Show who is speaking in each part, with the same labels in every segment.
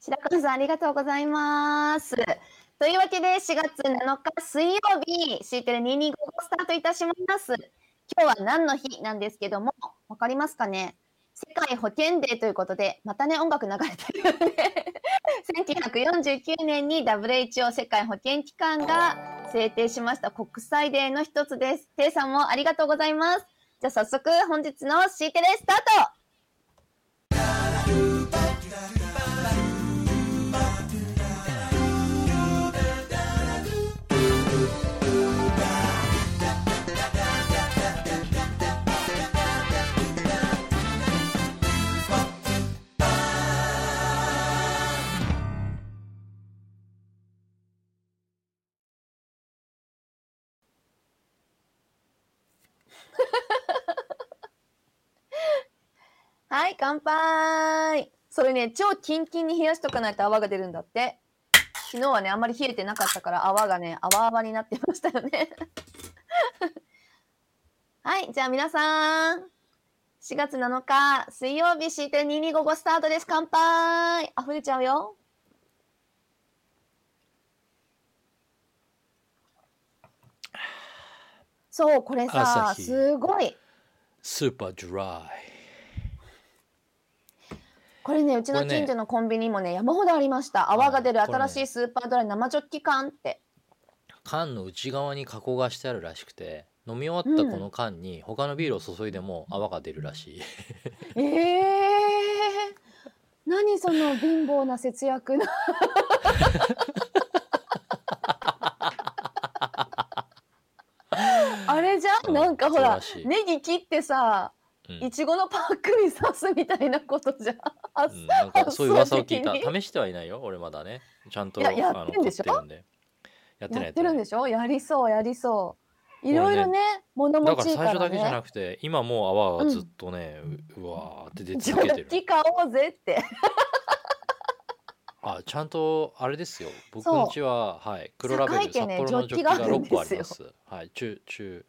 Speaker 1: 白川さん、ありがとうございます。というわけで、4月7日水曜日、シーテル225をスタートいたします。今日は何の日なんですけども、わかりますかね世界保健デーということで、またね、音楽流れてるよね。1949年に WHO 世界保健機関が制定しました国際デーの一つです。テイさんもありがとうございます。じゃあ早速本日のシーテレスタートはい、乾杯それね、超キンキンに冷やしとかないと泡が出るんだって。昨日はね、あんまり冷えてなかったから泡がね、泡泡になってましたよね。 はい、じゃあ皆さん、4月7日、水曜日、シーテ2255スタートです。乾杯溢れちゃうよ。そう、これさ
Speaker 2: 朝、日
Speaker 1: すごい。
Speaker 2: スーパードラ
Speaker 1: これねうちの
Speaker 2: これね
Speaker 1: 近所のコンビニもね山ほどありました泡が出る
Speaker 2: はいこれね
Speaker 1: 新しいスーパードライ生ジョッキ缶って
Speaker 2: イ缶の内側に加工がしてあるらしくて飲み終わったこの缶に他のビールを注いでも泡が出るらしい、
Speaker 1: ええー、何その貧乏な節約 なあれじゃ
Speaker 2: うんん
Speaker 1: なんかほら
Speaker 2: そうらしい
Speaker 1: ネギ切ってさ
Speaker 2: うん
Speaker 1: いちごのパックに刺すみたいなことじゃんあ
Speaker 2: うんなんかそういう噂を聞いた
Speaker 1: 発想
Speaker 2: 試してはいないよ俺まだねちゃんと
Speaker 1: いやや
Speaker 2: あ
Speaker 1: って
Speaker 2: の
Speaker 1: んで
Speaker 2: 買っ
Speaker 1: しょ
Speaker 2: てるんでやってない
Speaker 1: やってるんでしょやりそうやりそういろいろね物
Speaker 2: だ
Speaker 1: 持
Speaker 2: から
Speaker 1: ちいい
Speaker 2: 最
Speaker 1: か
Speaker 2: 初
Speaker 1: ら
Speaker 2: だけじゃ
Speaker 1: ね
Speaker 2: なくて今もう泡がずっとね、ううわーって出
Speaker 1: ジ
Speaker 2: 続け
Speaker 1: ョ
Speaker 2: て
Speaker 1: ッ
Speaker 2: る
Speaker 1: キ買おうぜって
Speaker 2: あちゃんとあれですよ僕
Speaker 1: そうん
Speaker 2: ちははい黒ラベル
Speaker 1: 堺家
Speaker 2: 札
Speaker 1: ね
Speaker 2: 幌の
Speaker 1: ジ
Speaker 2: ジ
Speaker 1: ョ
Speaker 2: ョ
Speaker 1: ッキが
Speaker 2: ッキが
Speaker 1: あるん
Speaker 2: 6個あ
Speaker 1: です
Speaker 2: り
Speaker 1: よ
Speaker 2: ますはい中中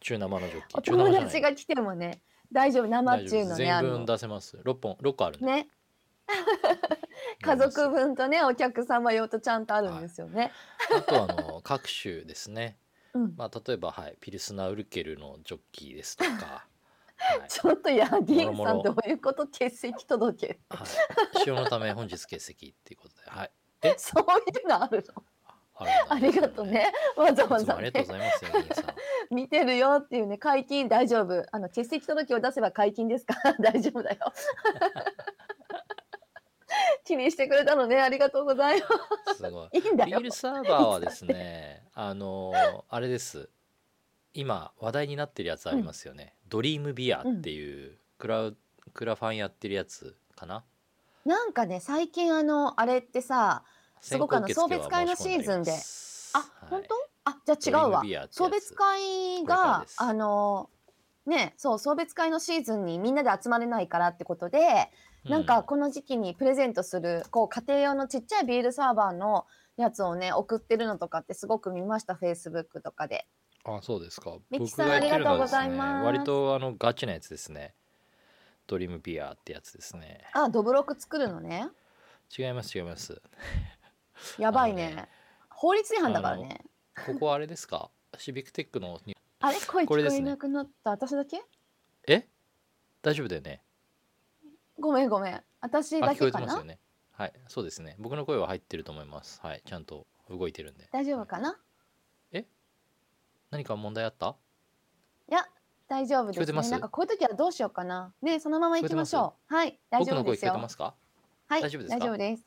Speaker 2: 中生のジョッキ
Speaker 1: お
Speaker 2: 中生
Speaker 1: 友
Speaker 2: じゃない
Speaker 1: 達が来てもね大丈夫生
Speaker 2: 大
Speaker 1: っちゅ
Speaker 2: 丈
Speaker 1: う
Speaker 2: 夫
Speaker 1: のねあ
Speaker 2: 全
Speaker 1: の
Speaker 2: 分出せます6本六個あるんで、
Speaker 1: ね家族分とねお客様用とちゃんとあるんですよね、
Speaker 2: あとあの各種ですね
Speaker 1: うん、
Speaker 2: まあ例えばはいピルスナウルケルのジョッキですとか、 はい
Speaker 1: ちょっとヤギン
Speaker 2: も
Speaker 1: さん
Speaker 2: ろもろ
Speaker 1: どういうこと欠席届け
Speaker 2: はい、使用のため本日欠席っていうことではいえ
Speaker 1: そういうのあるの
Speaker 2: あるんだ
Speaker 1: ありがとうねわざわ
Speaker 2: いつも
Speaker 1: ざ、
Speaker 2: あり
Speaker 1: ね
Speaker 2: が、とうございますヤギンさん
Speaker 1: 見てるよっていうね解禁大丈夫あの欠席届を出せば解禁ですから 大丈夫だよ気にしてくれたのねありがとうございます
Speaker 2: ごい
Speaker 1: すいいんだ
Speaker 2: ビ
Speaker 1: よ
Speaker 2: ールサーバーはですね、あのーあれです。今話題になってるやつありますよね。ドリームビアっていうクラウクラファンやってるやつかな。
Speaker 1: なんかね最近あのあれってさすごくあの
Speaker 2: 先行受付は
Speaker 1: 送別会のシーズンで
Speaker 2: 申し込んます
Speaker 1: あ、
Speaker 2: はい
Speaker 1: 本当？あ、じゃあ違うわ
Speaker 2: ドリームビアって。やつ
Speaker 1: 送別会
Speaker 2: これから
Speaker 1: が
Speaker 2: です
Speaker 1: あのね、そう送別会のシーズンにみんなで集まれないからってことで、
Speaker 2: う
Speaker 1: なんかこの時期にプレゼントするこう家庭用のちっちゃいビールサーバーのやつをね送ってるのとかってすごく見ましたフェイスブックとかで。
Speaker 2: あ、そうですか。
Speaker 1: ミキ
Speaker 2: 僕
Speaker 1: さん
Speaker 2: がやってるのはです
Speaker 1: ありがとうござい
Speaker 2: ね、
Speaker 1: ます
Speaker 2: 割とあのガチなやつですね。ドリームビアってやつですね。
Speaker 1: あ、ドブロク作るのね。
Speaker 2: 違います違います。
Speaker 1: やばい
Speaker 2: あの
Speaker 1: ね
Speaker 2: ね。
Speaker 1: 法律違反だからね。
Speaker 2: ここあれですか？ シビックテックのに
Speaker 1: あれ声聞
Speaker 2: こ
Speaker 1: こ
Speaker 2: れです
Speaker 1: え
Speaker 2: ね
Speaker 1: なくなった、私だけ？
Speaker 2: え？大丈夫だよね。
Speaker 1: ごめんごめん。私だ
Speaker 2: あ聞こ
Speaker 1: け
Speaker 2: えて
Speaker 1: か
Speaker 2: ますよ
Speaker 1: な？
Speaker 2: ね。はい、そうですね。僕の声は入ってると思います。はい、ちゃんと動いてるんで。
Speaker 1: 大丈夫かな？
Speaker 2: 何か問題あった？
Speaker 1: いや、大丈夫
Speaker 2: 聞こ
Speaker 1: で
Speaker 2: え
Speaker 1: す
Speaker 2: て
Speaker 1: ね
Speaker 2: ま。す
Speaker 1: なんかこういう時はどうしようかな。ね、そのまま行きましょう。はい、大
Speaker 2: 僕
Speaker 1: 丈
Speaker 2: の
Speaker 1: 夫
Speaker 2: 声
Speaker 1: で
Speaker 2: 聞
Speaker 1: す
Speaker 2: こえて
Speaker 1: よ
Speaker 2: ま。すか？
Speaker 1: はい、
Speaker 2: 大丈夫ですか
Speaker 1: です。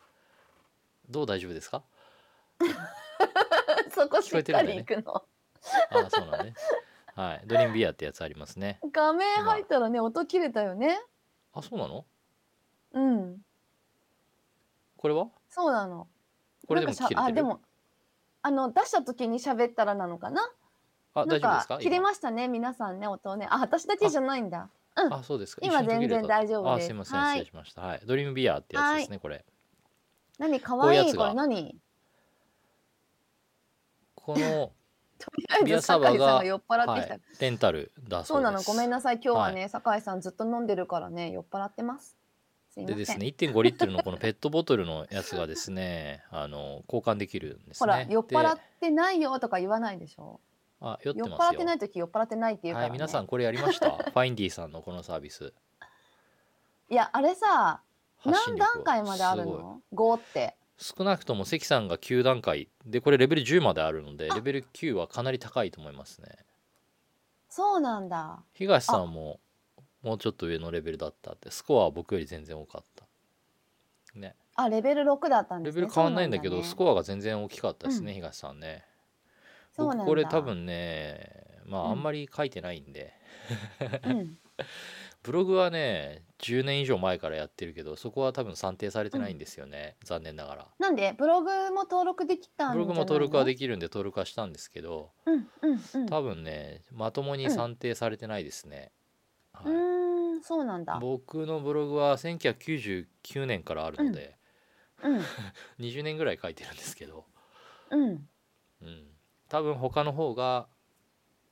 Speaker 2: どう大丈夫ですか？
Speaker 1: そこし
Speaker 2: 聞こ
Speaker 1: っ
Speaker 2: えてる
Speaker 1: か
Speaker 2: んだ
Speaker 1: り
Speaker 2: よね
Speaker 1: 行くの。
Speaker 2: あ、そうなんね。はい、ドリームビアってやつありますね。
Speaker 1: 画面入ったらね、音切れたよね。
Speaker 2: あ、そうなの？
Speaker 1: うん、
Speaker 2: これは？
Speaker 1: そうなの。
Speaker 2: これでも切
Speaker 1: なん
Speaker 2: れ
Speaker 1: かしゃ
Speaker 2: て
Speaker 1: あ、
Speaker 2: る？
Speaker 1: でも。あの出した時に喋ったらなのかな。な
Speaker 2: あ
Speaker 1: ん
Speaker 2: 大丈夫ですか？
Speaker 1: 切れ
Speaker 2: 今
Speaker 1: ましたね、皆さんね、音をね。あ、私だけじゃないんだ。うん
Speaker 2: あ、そうですか。
Speaker 1: 今
Speaker 2: 一緒に途切れ
Speaker 1: 全然
Speaker 2: た
Speaker 1: 大丈夫です
Speaker 2: あ、すいません、
Speaker 1: はい
Speaker 2: 失礼しました。はい、ドリームビアってやつですね。これ。
Speaker 1: 何、可
Speaker 2: こういう
Speaker 1: 愛
Speaker 2: や
Speaker 1: い
Speaker 2: つ
Speaker 1: い、
Speaker 2: が
Speaker 1: これ何。
Speaker 2: こ の
Speaker 1: とりあえ
Speaker 2: ビ
Speaker 1: ず
Speaker 2: アサ
Speaker 1: 酒井さん
Speaker 2: バが
Speaker 1: が酔っ払っ
Speaker 2: は
Speaker 1: てきた。
Speaker 2: い、レンタルだそうです。
Speaker 1: そうなの、ごめん
Speaker 2: な。
Speaker 1: なさい、今日はね、酒井さんずっと飲んでるからね、酔っ払ってます。すいませ
Speaker 2: で
Speaker 1: ん。
Speaker 2: ですね1.5リットルのこのペットボトルのやつがですね あの交換できるんです
Speaker 1: ほら、
Speaker 2: ね。
Speaker 1: 酔っ払っ
Speaker 2: で
Speaker 1: てないよとか言わないでしょ。
Speaker 2: あ酔って
Speaker 1: 酔っ
Speaker 2: ます
Speaker 1: 払っ
Speaker 2: よ
Speaker 1: てない時酔っ払ってないっていうから、
Speaker 2: は
Speaker 1: ね
Speaker 2: い皆さんこれやりまし たファインディさんのこのサービス
Speaker 1: いや、あれさ、
Speaker 2: 発
Speaker 1: 何
Speaker 2: 信力は
Speaker 1: 段階まである
Speaker 2: すごい
Speaker 1: の ?5 って。
Speaker 2: 少なくとも関さんが9段階でこれレベル10まであるので
Speaker 1: あ
Speaker 2: レベル9はかなり高いと思いますね
Speaker 1: そうなんだ。
Speaker 2: 東さんももうちょっと上のレベルだったってスコアは僕より全然多かったね
Speaker 1: あ、レベル6だったんで
Speaker 2: レ
Speaker 1: す
Speaker 2: ベ
Speaker 1: ね。
Speaker 2: ル変わんないんだけどス
Speaker 1: そう
Speaker 2: コアが全然大きかったですね、
Speaker 1: うん
Speaker 2: 東さんね
Speaker 1: なんだね
Speaker 2: 僕これ多、分ねま
Speaker 1: うん
Speaker 2: ああんまり書いてないんで、
Speaker 1: そうなんだうん
Speaker 2: ブログはね10年以上前からやってるけどそこは多分算定されてないんですよね、残念ながら
Speaker 1: なんでブログも登録できたんじゃないの
Speaker 2: ブログも登録はできるんで登録はしたんですけど
Speaker 1: うんうんうん
Speaker 2: 多分ねまともに算定されてないですね、
Speaker 1: う
Speaker 2: はい
Speaker 1: ーんそうなんだ
Speaker 2: 僕のブログは1999年からあるので、
Speaker 1: うん
Speaker 2: 20年ぐらい書いてるんですけど、
Speaker 1: うん
Speaker 2: うん、多分他の方が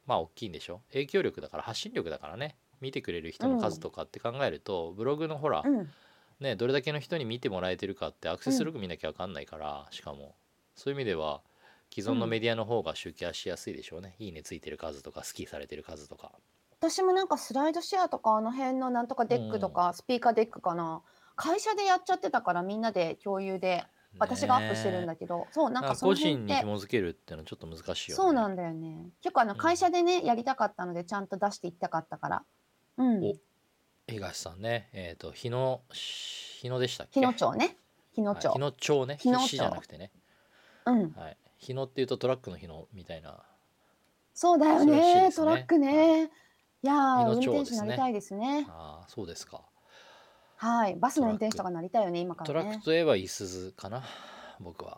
Speaker 2: まあ大きいんでしょ影響力だから発信力だからね見てくれる人の数とかって考えると、ブログのほら、
Speaker 1: うん
Speaker 2: ね、どれだけの人に見てもらえてるかってアクセス力見なきゃ分かんないから、しかもそういう意味では既存のメディアの方が集計しやすいでしょうね、いいねついてる数とか好きされてる数とか
Speaker 1: 私もなんかスライドシェアとかあの辺のなんとかデックとかスピーカーデックかな会社でやっちゃってたからみんなで共有で私がアップしてるんだ
Speaker 2: け
Speaker 1: けどそうなんかそ
Speaker 2: 個
Speaker 1: の辺
Speaker 2: 人
Speaker 1: っ
Speaker 2: に
Speaker 1: て
Speaker 2: 紐付けるってのはちょっと難しいよね
Speaker 1: そうなんだよね結構あの
Speaker 2: うん
Speaker 1: 会社でねやりたかったのでちゃんと出していきたかったからうん
Speaker 2: お東さんねえっ、と日野し日野でしたっけ
Speaker 1: 日野町ね日野町
Speaker 2: はい日野町ね
Speaker 1: 日野町
Speaker 2: 市じゃなくてね、
Speaker 1: うん
Speaker 2: はい、日野っていうとトラックの日野みたいな
Speaker 1: そうだよね
Speaker 2: 恐ろしいです
Speaker 1: ト
Speaker 2: ね
Speaker 1: ラックねいやー
Speaker 2: 日野
Speaker 1: 運
Speaker 2: 町
Speaker 1: 転手にな
Speaker 2: ですね
Speaker 1: りたいですね
Speaker 2: あーそうですか
Speaker 1: はいバスの運転手とかなりたいよね今か
Speaker 2: ト
Speaker 1: ら
Speaker 2: ラッ
Speaker 1: ね
Speaker 2: クといえばいすゞかな僕は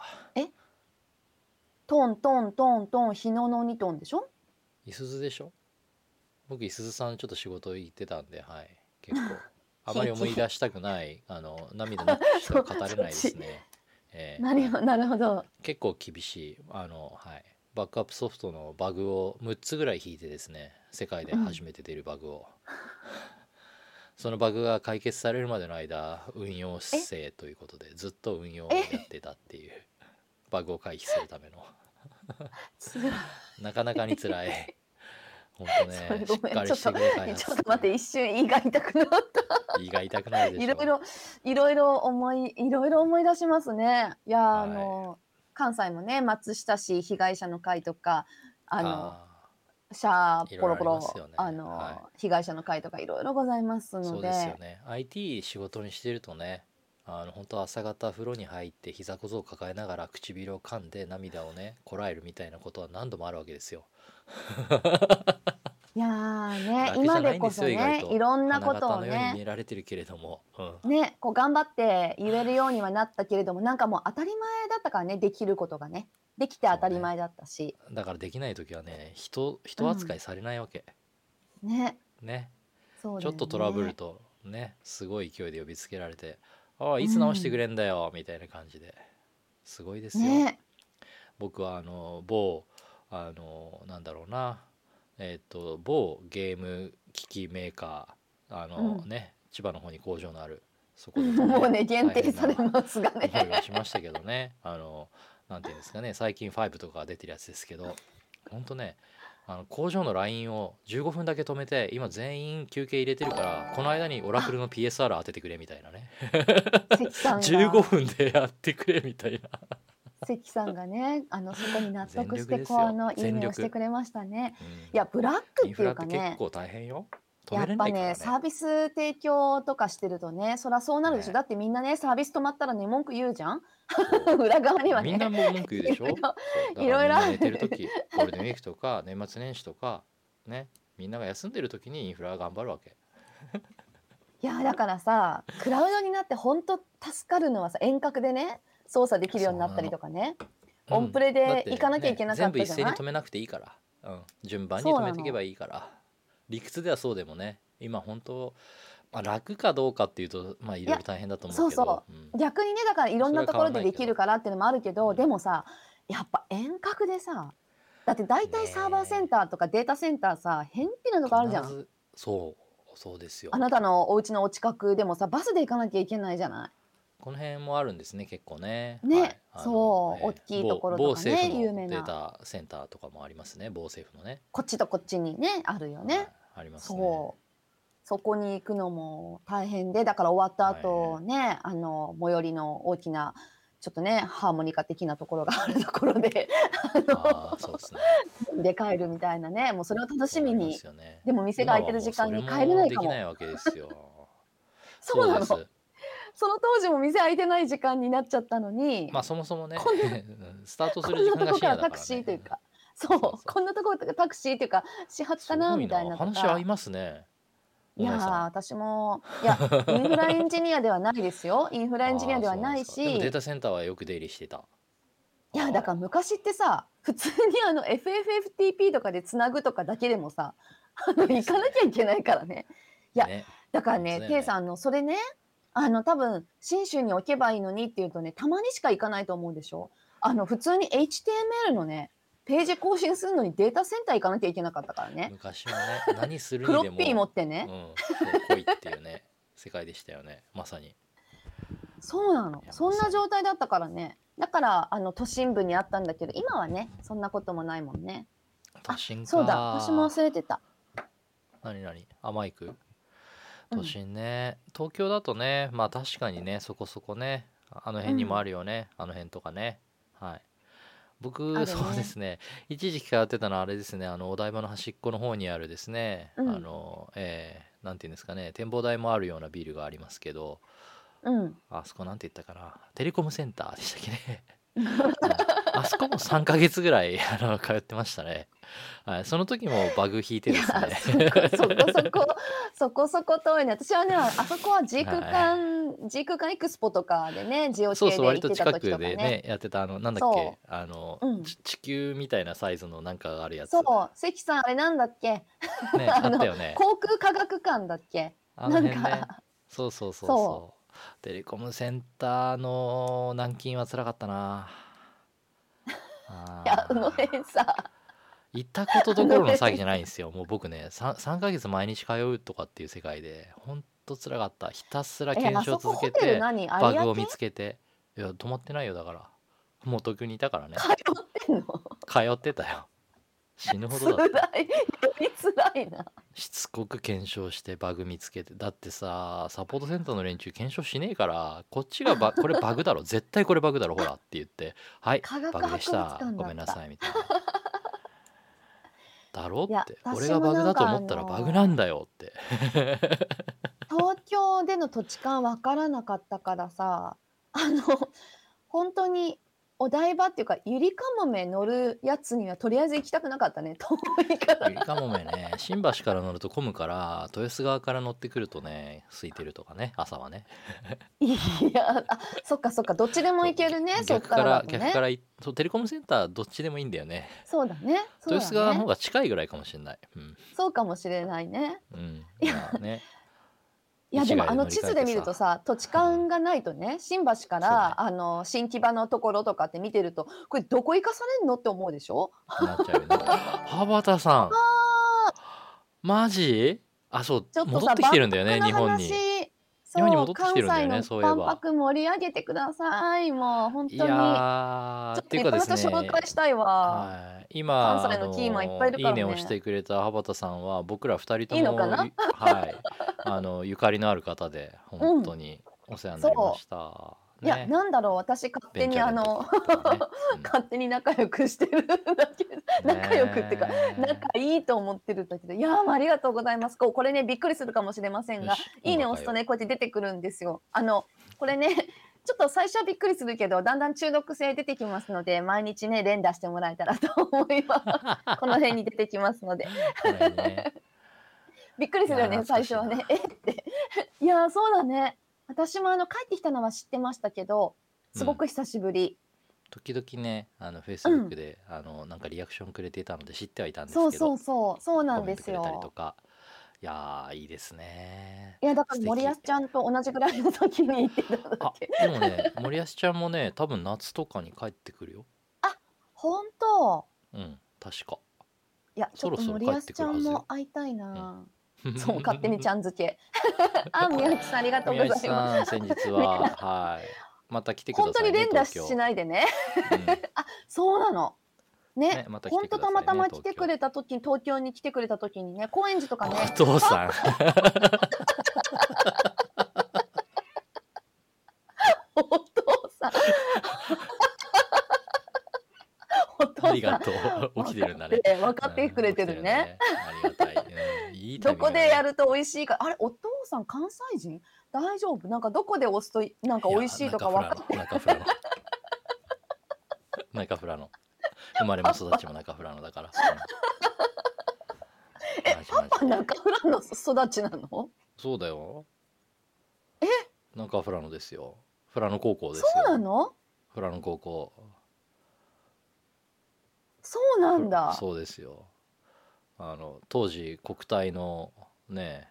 Speaker 1: トントントントン日野の2トンでしょ
Speaker 2: いすゞでしょ僕いすゞさんちょっと仕事行ってたんではい結 構あまり思い出したくないあの涙なくしては語れないですね、ええ
Speaker 1: なるほどなるほど
Speaker 2: 結構厳しいあの、はい、バックアップソフトのバグを6つぐらい引いてですね世界で初めて出るバグを、そのバグが解決されるまでの間運用生ということでずっと運用をやってたっていうバグを回避するための
Speaker 1: つらい
Speaker 2: なかなかに 辛い本当
Speaker 1: それ
Speaker 2: ねし
Speaker 1: ご
Speaker 2: っ
Speaker 1: めん
Speaker 2: かりしてくれ開発
Speaker 1: ちょっと待って一瞬胃が痛くなった
Speaker 2: 胃が痛くなるで
Speaker 1: い
Speaker 2: しょ
Speaker 1: ろいろいろいろ思いいろいろ思い出しますねいやー、
Speaker 2: はい
Speaker 1: あの関西もね松下市被害者の会とかあの
Speaker 2: あ
Speaker 1: シャーポロポロ
Speaker 2: いろいろありますよね
Speaker 1: あの、
Speaker 2: は
Speaker 1: 被害者の会とかいろいろございます
Speaker 2: ーそ
Speaker 1: の
Speaker 2: う
Speaker 1: で
Speaker 2: ですよね IT 仕事にしてるとねあの本当朝方風呂に入って膝小僧を抱えながら唇を噛んで涙をねこらえるみたいなことは何度もあるわけですよ
Speaker 1: いやーね
Speaker 2: 楽じ
Speaker 1: 今
Speaker 2: ゃない
Speaker 1: で
Speaker 2: ん
Speaker 1: こ
Speaker 2: で
Speaker 1: そ
Speaker 2: すよ意外
Speaker 1: ね
Speaker 2: と
Speaker 1: いろんなこと
Speaker 2: 花
Speaker 1: を
Speaker 2: 形のように見
Speaker 1: ね
Speaker 2: えられてるけれども、うん
Speaker 1: ねこう頑張って言えるようにはなったけれどもなんかもう当たり前だったからねできることがねできて当たり前だったし
Speaker 2: だからできない時はね人人扱いされないわけ、
Speaker 1: ね
Speaker 2: ね
Speaker 1: そうだ
Speaker 2: ち
Speaker 1: よ
Speaker 2: ょっ
Speaker 1: ね
Speaker 2: とトラブルとねすごい勢いで呼びつけられて「ああいつ直してくれんだよ」みたいな感じですごいですよ、
Speaker 1: ね
Speaker 2: 僕はあの某あのなんだろうなえっ、と某ゲーム機器メーカーあの、
Speaker 1: うん
Speaker 2: ね千葉の方に工場のあるそこで、
Speaker 1: もうね限定されますが
Speaker 2: 思い
Speaker 1: ね。
Speaker 2: はしましたけどねあのなんていうんですかね最近5とかが出てるやつですけどほんとねあの工場の LINE を15分だけ止めて今全員休憩入れてるからこの間にオラクルの PSR 当ててくれみたいなね
Speaker 1: 関さんが
Speaker 2: 15分でやってくれみたいな
Speaker 1: 関さんがねあのそこに納得し
Speaker 2: 全力
Speaker 1: て
Speaker 2: です
Speaker 1: こ
Speaker 2: よ
Speaker 1: うあのいい
Speaker 2: 全
Speaker 1: ねを
Speaker 2: 力
Speaker 1: してくれましたね。
Speaker 2: うん
Speaker 1: いやブラック
Speaker 2: イ
Speaker 1: っ
Speaker 2: ンフ
Speaker 1: てい
Speaker 2: ラ
Speaker 1: う
Speaker 2: って
Speaker 1: か
Speaker 2: 結
Speaker 1: ね
Speaker 2: 構大変よ止
Speaker 1: や
Speaker 2: め
Speaker 1: っ
Speaker 2: れな
Speaker 1: ぱ
Speaker 2: いから
Speaker 1: ね
Speaker 2: ね
Speaker 1: サービス提供とかしてるとねそりゃそうなるでしょ、
Speaker 2: ね
Speaker 1: だってみんなねサービス止まったらね文句言うじゃん 裏側には
Speaker 2: みんな
Speaker 1: ね。
Speaker 2: もう文句言うでし ょ
Speaker 1: いろいろ
Speaker 2: そうだ
Speaker 1: いろいろ
Speaker 2: からみんな
Speaker 1: あ
Speaker 2: 寝
Speaker 1: る
Speaker 2: てる時ゴールデンウィークとか年末年始とかねみんなが休んでる時にインフラが頑張るわけ
Speaker 1: いやだからさクラウドになって本当助かるのはさ遠隔でね操作できるようになったりとかねオンプレ
Speaker 2: だっ
Speaker 1: で
Speaker 2: て
Speaker 1: 行かなきゃいけなかったじゃ
Speaker 2: ね全部一
Speaker 1: ない
Speaker 2: 斉に、止めなくていいから、うん、順番に止めていけばいいから理屈ではそうでもね今本当、まあ、楽かどうかっていうとまあいろいろ大変だと思うけど、
Speaker 1: いやそう
Speaker 2: ん
Speaker 1: 逆にねだからいろんなところでできるからっていうのもあるけ
Speaker 2: う
Speaker 1: ど
Speaker 2: ん
Speaker 1: でもさやっぱ遠隔でさだって大体
Speaker 2: ねえ
Speaker 1: サーバーセンターとかデータセンターさ返品のとかあるじゃん
Speaker 2: 必ずそうそうですよ
Speaker 1: あなたのお家のお近くでもさバスで行かなきゃいけないじゃない
Speaker 2: この辺もあるんですね結構ね
Speaker 1: ね
Speaker 2: はいあの
Speaker 1: そう大きいところとかね
Speaker 2: 某某政府
Speaker 1: 有
Speaker 2: の
Speaker 1: 名
Speaker 2: デ
Speaker 1: な
Speaker 2: ータセンターとかもありますね某政府のね
Speaker 1: こっちとこっちにねあるよね、
Speaker 2: はいありますね
Speaker 1: そうそこに行くのも大変でだから終わった後ね、あの最寄りの大きなちょっとねハーモニカ的なところがあるところで
Speaker 2: あーそうですね
Speaker 1: で帰るみたいなねもうそれを楽しみ
Speaker 2: ありま
Speaker 1: に
Speaker 2: すよね
Speaker 1: でも店が開いてる時間に
Speaker 2: 今は
Speaker 1: 帰れ
Speaker 2: も
Speaker 1: な
Speaker 2: う
Speaker 1: いか
Speaker 2: それもでき
Speaker 1: も
Speaker 2: ないわけですよ
Speaker 1: そうなの
Speaker 2: です
Speaker 1: その当時も店開いてない時間になっちゃったのに、
Speaker 2: まあそもそもね
Speaker 1: こんな
Speaker 2: うん スタートす
Speaker 1: こ
Speaker 2: る
Speaker 1: ん
Speaker 2: 時
Speaker 1: な
Speaker 2: 間
Speaker 1: とこ
Speaker 2: が深
Speaker 1: か
Speaker 2: 夜
Speaker 1: ら
Speaker 2: だから、ね、
Speaker 1: タクシーというか
Speaker 2: そ
Speaker 1: そうう
Speaker 2: そう
Speaker 1: こんなところタクシーというか始発かなみたいな
Speaker 2: すご
Speaker 1: と
Speaker 2: 話合
Speaker 1: か
Speaker 2: いますね
Speaker 1: いや
Speaker 2: お姉さん
Speaker 1: ー私もいやインフラエンジニアではないですよインフラエンジニアではない
Speaker 2: あーそうなんですかでも
Speaker 1: し
Speaker 2: データセンターはよく出入りしてた
Speaker 1: いやだから昔ってさ普通にあの FFFTP とかでつなぐとかだけでもさあの行かなきゃいけないからねいや
Speaker 2: ね
Speaker 1: だからね
Speaker 2: そうだよね
Speaker 1: テイさんあのそれねあの多分信州に置けばいいのにっていうとねたまにしか行かないと思うでしょあの普通に HTML のねページ更新するのにデータセンター行かなきゃいけなかったからね
Speaker 2: 昔はね何するに
Speaker 1: フ
Speaker 2: で
Speaker 1: ロッ
Speaker 2: も
Speaker 1: ピー持ってね、
Speaker 2: うんそう来いっていうね世界でしたよねまさに
Speaker 1: そうなの
Speaker 2: いや
Speaker 1: そん
Speaker 2: まさ
Speaker 1: な
Speaker 2: に
Speaker 1: 状態だったからねだからあの都心部にあったんだけど今はねそんなこともないもんね
Speaker 2: 都心か
Speaker 1: そうだ私も忘れてた
Speaker 2: 何何あマイク
Speaker 1: うん
Speaker 2: 都心ね、東京だとねまあ確かにねそこそこねあの辺にもあるよね、あの辺とかねはい僕、
Speaker 1: あるね
Speaker 2: そうですね一時期通ってたのはあれですねあのお台場の端っこの方にあるですね、
Speaker 1: うん
Speaker 2: あのえーなんていうんですかね展望台もあるようなビルがありますけど
Speaker 1: うん
Speaker 2: あそこなんて言ったかなテレコムセンターでしたっけね うんあそこも3ヶ月ぐらいあの通ってましたね、はい、その時もバグ引いてですね
Speaker 1: そこそこ、そこそこ遠いね。私はね、あそこは G 空間、G 空間エクスポとかでね、ジオ系
Speaker 2: そう
Speaker 1: で
Speaker 2: そう
Speaker 1: 行っ
Speaker 2: 割と
Speaker 1: てた
Speaker 2: 近
Speaker 1: 時
Speaker 2: く
Speaker 1: と
Speaker 2: で
Speaker 1: か
Speaker 2: ね
Speaker 1: ね。
Speaker 2: やってたあのなんだっ
Speaker 1: そ
Speaker 2: けあの、
Speaker 1: うん
Speaker 2: ち地球みたいなサイズのなんかがあるやつ、
Speaker 1: そ
Speaker 2: ね、
Speaker 1: う、関さんあれなんだっけ、
Speaker 2: あったよね
Speaker 1: 航空科学館だっけ、
Speaker 2: あ
Speaker 1: な
Speaker 2: の
Speaker 1: ん
Speaker 2: 辺ね
Speaker 1: か、
Speaker 2: そうそうそうそう
Speaker 1: そ
Speaker 2: テレコムセンターの南京は辛かったなあ
Speaker 1: いや、
Speaker 2: ー
Speaker 1: あの辺さ、
Speaker 2: 行ったことどころの詐欺じゃないんですよ もう僕ね 3, 3ヶ月毎日通うとかっていう世界でほんと辛かったひたすら
Speaker 1: え、あ
Speaker 2: 検証
Speaker 1: そこ
Speaker 2: 続
Speaker 1: ホ
Speaker 2: け
Speaker 1: テル
Speaker 2: て
Speaker 1: 何、有
Speaker 2: バグを
Speaker 1: 明
Speaker 2: 見つけていや止まってないよだからもう東京にいたからね
Speaker 1: 通ってんの
Speaker 2: 通ってたよ死 ぬほ
Speaker 1: つ
Speaker 2: どだ
Speaker 1: ら
Speaker 2: った
Speaker 1: い、よりつらいな。
Speaker 2: しつこく検証してバグ見つけてだってさサポートセンターの連中検証しねえからこっちがバこれバグだろ絶対これバグだろほらって言ってはい
Speaker 1: 科学
Speaker 2: バグでし
Speaker 1: 博物館
Speaker 2: た
Speaker 1: だった
Speaker 2: ごめんなさいみたいな だろ
Speaker 1: い
Speaker 2: っ
Speaker 1: や
Speaker 2: て
Speaker 1: 私
Speaker 2: 俺がバグだと思ったら
Speaker 1: もなんかあ
Speaker 2: バ
Speaker 1: の
Speaker 2: グなんだよって
Speaker 1: 東京での土地勘わからなかったからさあの本当にお台場っていうかゆりかもめ乗るやつにはとりあえず行きたくなかったね 遠いから
Speaker 2: ゆりかもめね新橋から乗ると混むから豊洲側から乗ってくるとね空いてるとかね朝はね
Speaker 1: いやあそっかそっかどっちでも行けるねそっ
Speaker 2: 逆
Speaker 1: か
Speaker 2: からら
Speaker 1: だと
Speaker 2: 逆
Speaker 1: ね
Speaker 2: からいそうテレコムセンターどっちでもいいんだよね
Speaker 1: そうだねそう
Speaker 2: 豊洲側
Speaker 1: だ
Speaker 2: の
Speaker 1: ね
Speaker 2: 方が近いぐらいかもしれないうん
Speaker 1: そうかもしれないね
Speaker 2: うん
Speaker 1: いや
Speaker 2: まあね
Speaker 1: いやで
Speaker 2: 市
Speaker 1: も
Speaker 2: 街
Speaker 1: あの地図で見るとさ土地勘がないとね新橋から、あの新木場のところとかって見てるとこれどこ行かされんのって思うでしょ
Speaker 2: なっちゃ うよね。羽田さん。マジ？あ、そう
Speaker 1: ちょっとさ
Speaker 2: 戻ってきてるんだよね、
Speaker 1: この
Speaker 2: 日本に。
Speaker 1: 話
Speaker 2: い
Speaker 1: そう
Speaker 2: 日本に戻ってきてるんだよね
Speaker 1: 関西の
Speaker 2: そういえば
Speaker 1: 万博盛り上げてください。もう本当に。
Speaker 2: やー、っていうかです
Speaker 1: ちょっといっぱい
Speaker 2: ね
Speaker 1: 紹。介したいわ。
Speaker 2: はい、今
Speaker 1: 関西のキーマンいっぱいいるか
Speaker 2: あの
Speaker 1: らね
Speaker 2: いねをしてくれた羽畑さんは僕ら二人と
Speaker 1: い
Speaker 2: も
Speaker 1: いのかな
Speaker 2: ゆはい、あのゆかりのある方で本当にお世話になりました。
Speaker 1: いや、なんだろう、私勝手
Speaker 2: 勉
Speaker 1: に
Speaker 2: 強
Speaker 1: あ
Speaker 2: にな
Speaker 1: の、
Speaker 2: ったからね
Speaker 1: 勝手に仲良くしてるだけで、
Speaker 2: うん
Speaker 1: 仲良くってか
Speaker 2: ね
Speaker 1: 仲いいと思ってるんだけど、いやー、ありがとうございます。こうこれね、びっくりするかもしれません
Speaker 2: よ
Speaker 1: が、
Speaker 2: し
Speaker 1: いいねを押すとね、こうやって出てくるんですよ。あの、これね、ちょっと最初はびっくりするけど、だんだん中毒性出てきますので、毎日ね、連打してもらえたらと思い ます。この辺に出てきますので。
Speaker 2: 今回は。これ ね
Speaker 1: びっくりするよ
Speaker 2: いや
Speaker 1: ね
Speaker 2: ー
Speaker 1: 最初はね えっていやーそうだね私もあの帰ってきたのは知ってましたけどすごく久しぶり、
Speaker 2: 時々ねあのフェイスブックで、あのなんかリアクションくれていたので知ってはいたんですけ
Speaker 1: そ
Speaker 2: ど
Speaker 1: うそうそうそうな
Speaker 2: コ
Speaker 1: んで
Speaker 2: メント
Speaker 1: す
Speaker 2: くれたりと
Speaker 1: よ
Speaker 2: かいやーいいですね
Speaker 1: いやだか
Speaker 2: 素
Speaker 1: ら
Speaker 2: 敵
Speaker 1: 森保ちゃんと同じぐらいの時に行ってたんだ
Speaker 2: あ
Speaker 1: っけ
Speaker 2: でもね森保ちゃんもね多分夏とかに帰ってくるよ
Speaker 1: 本当
Speaker 2: うん確か
Speaker 1: いやちょっと
Speaker 2: そろそろ
Speaker 1: 森
Speaker 2: 帰
Speaker 1: 保
Speaker 2: ってく
Speaker 1: ち
Speaker 2: る
Speaker 1: ゃ
Speaker 2: はずよ
Speaker 1: んも会いたいな、 そう勝手にちゃん付 けあ宮内さんありがとうござい
Speaker 2: 宮
Speaker 1: ま
Speaker 2: 内
Speaker 1: す
Speaker 2: さん先日ははいまた来てくださ
Speaker 1: 本当
Speaker 2: い、ね、
Speaker 1: に連打
Speaker 2: 東京
Speaker 1: しないでね
Speaker 2: うん
Speaker 1: そうなのね
Speaker 2: ねまた来
Speaker 1: 本
Speaker 2: てくださ
Speaker 1: 当た
Speaker 2: いね
Speaker 1: またま来て
Speaker 2: 東京
Speaker 1: くれた時に東京に来てくれた時にね高円寺とかね
Speaker 2: お父さん
Speaker 1: お父さんお父さん
Speaker 2: ありがとう起きてるんだね
Speaker 1: 分かってくれてるね。
Speaker 2: うん起きてるねありがたい。うん いいタイ
Speaker 1: どこ
Speaker 2: ミングだね
Speaker 1: でやると美味しいか、あれ、お父さん関西人。大丈夫、なんかどこで押すと、なんか美味しいとか分かっ
Speaker 2: いや中フラの中フラの中フラの生まれも育ちも中フラのだから。
Speaker 1: え
Speaker 2: マジマジ
Speaker 1: て。中村の育ちなの。
Speaker 2: そうだよ。え？中フラのですよ。フラの高校ですよ。
Speaker 1: そうなの。
Speaker 2: フラの高校。
Speaker 1: そうなんだ。
Speaker 2: そうですよ。あの当時国体のね、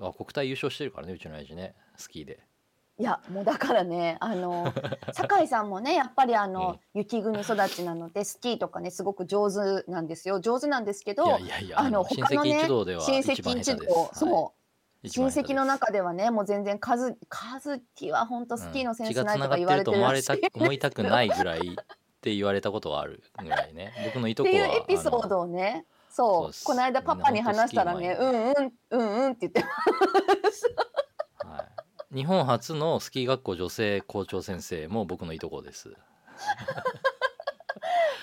Speaker 2: あ国体優勝してるからねうちの親父ねスキーで。
Speaker 1: いや、もうだからね、あ の、酒井さんもね、やっぱりあの、雪国育ちなので、スキーとかね、すごく上手なんですよ。上手なんですけど。
Speaker 2: いやいやいや
Speaker 1: あの
Speaker 2: 親
Speaker 1: 他の
Speaker 2: 戚
Speaker 1: ね
Speaker 2: 一同では
Speaker 1: 親
Speaker 2: 一番
Speaker 1: 戚
Speaker 2: 下
Speaker 1: 一
Speaker 2: 手です。
Speaker 1: 同、
Speaker 2: はい
Speaker 1: そう
Speaker 2: 一
Speaker 1: 親
Speaker 2: 番下手
Speaker 1: 戚の中ではねもう全然カズカズキは本当
Speaker 2: です
Speaker 1: スキーのセン
Speaker 2: う
Speaker 1: ス
Speaker 2: ん
Speaker 1: ないとか言
Speaker 2: 血が
Speaker 1: われ
Speaker 2: 繋がってると
Speaker 1: て
Speaker 2: 思
Speaker 1: る
Speaker 2: わ
Speaker 1: ら
Speaker 2: れ
Speaker 1: しい
Speaker 2: た思いたくないぐらいって言われたことはあるぐらいね僕のい
Speaker 1: っ
Speaker 2: とこ
Speaker 1: て
Speaker 2: は
Speaker 1: いうエピソードをねそう
Speaker 2: そうです
Speaker 1: この間パパに話したらね「う
Speaker 2: み
Speaker 1: んうんうんうん」って言っ て
Speaker 2: あのはい、日本初のスキー学校女性校長先生も僕のいとこです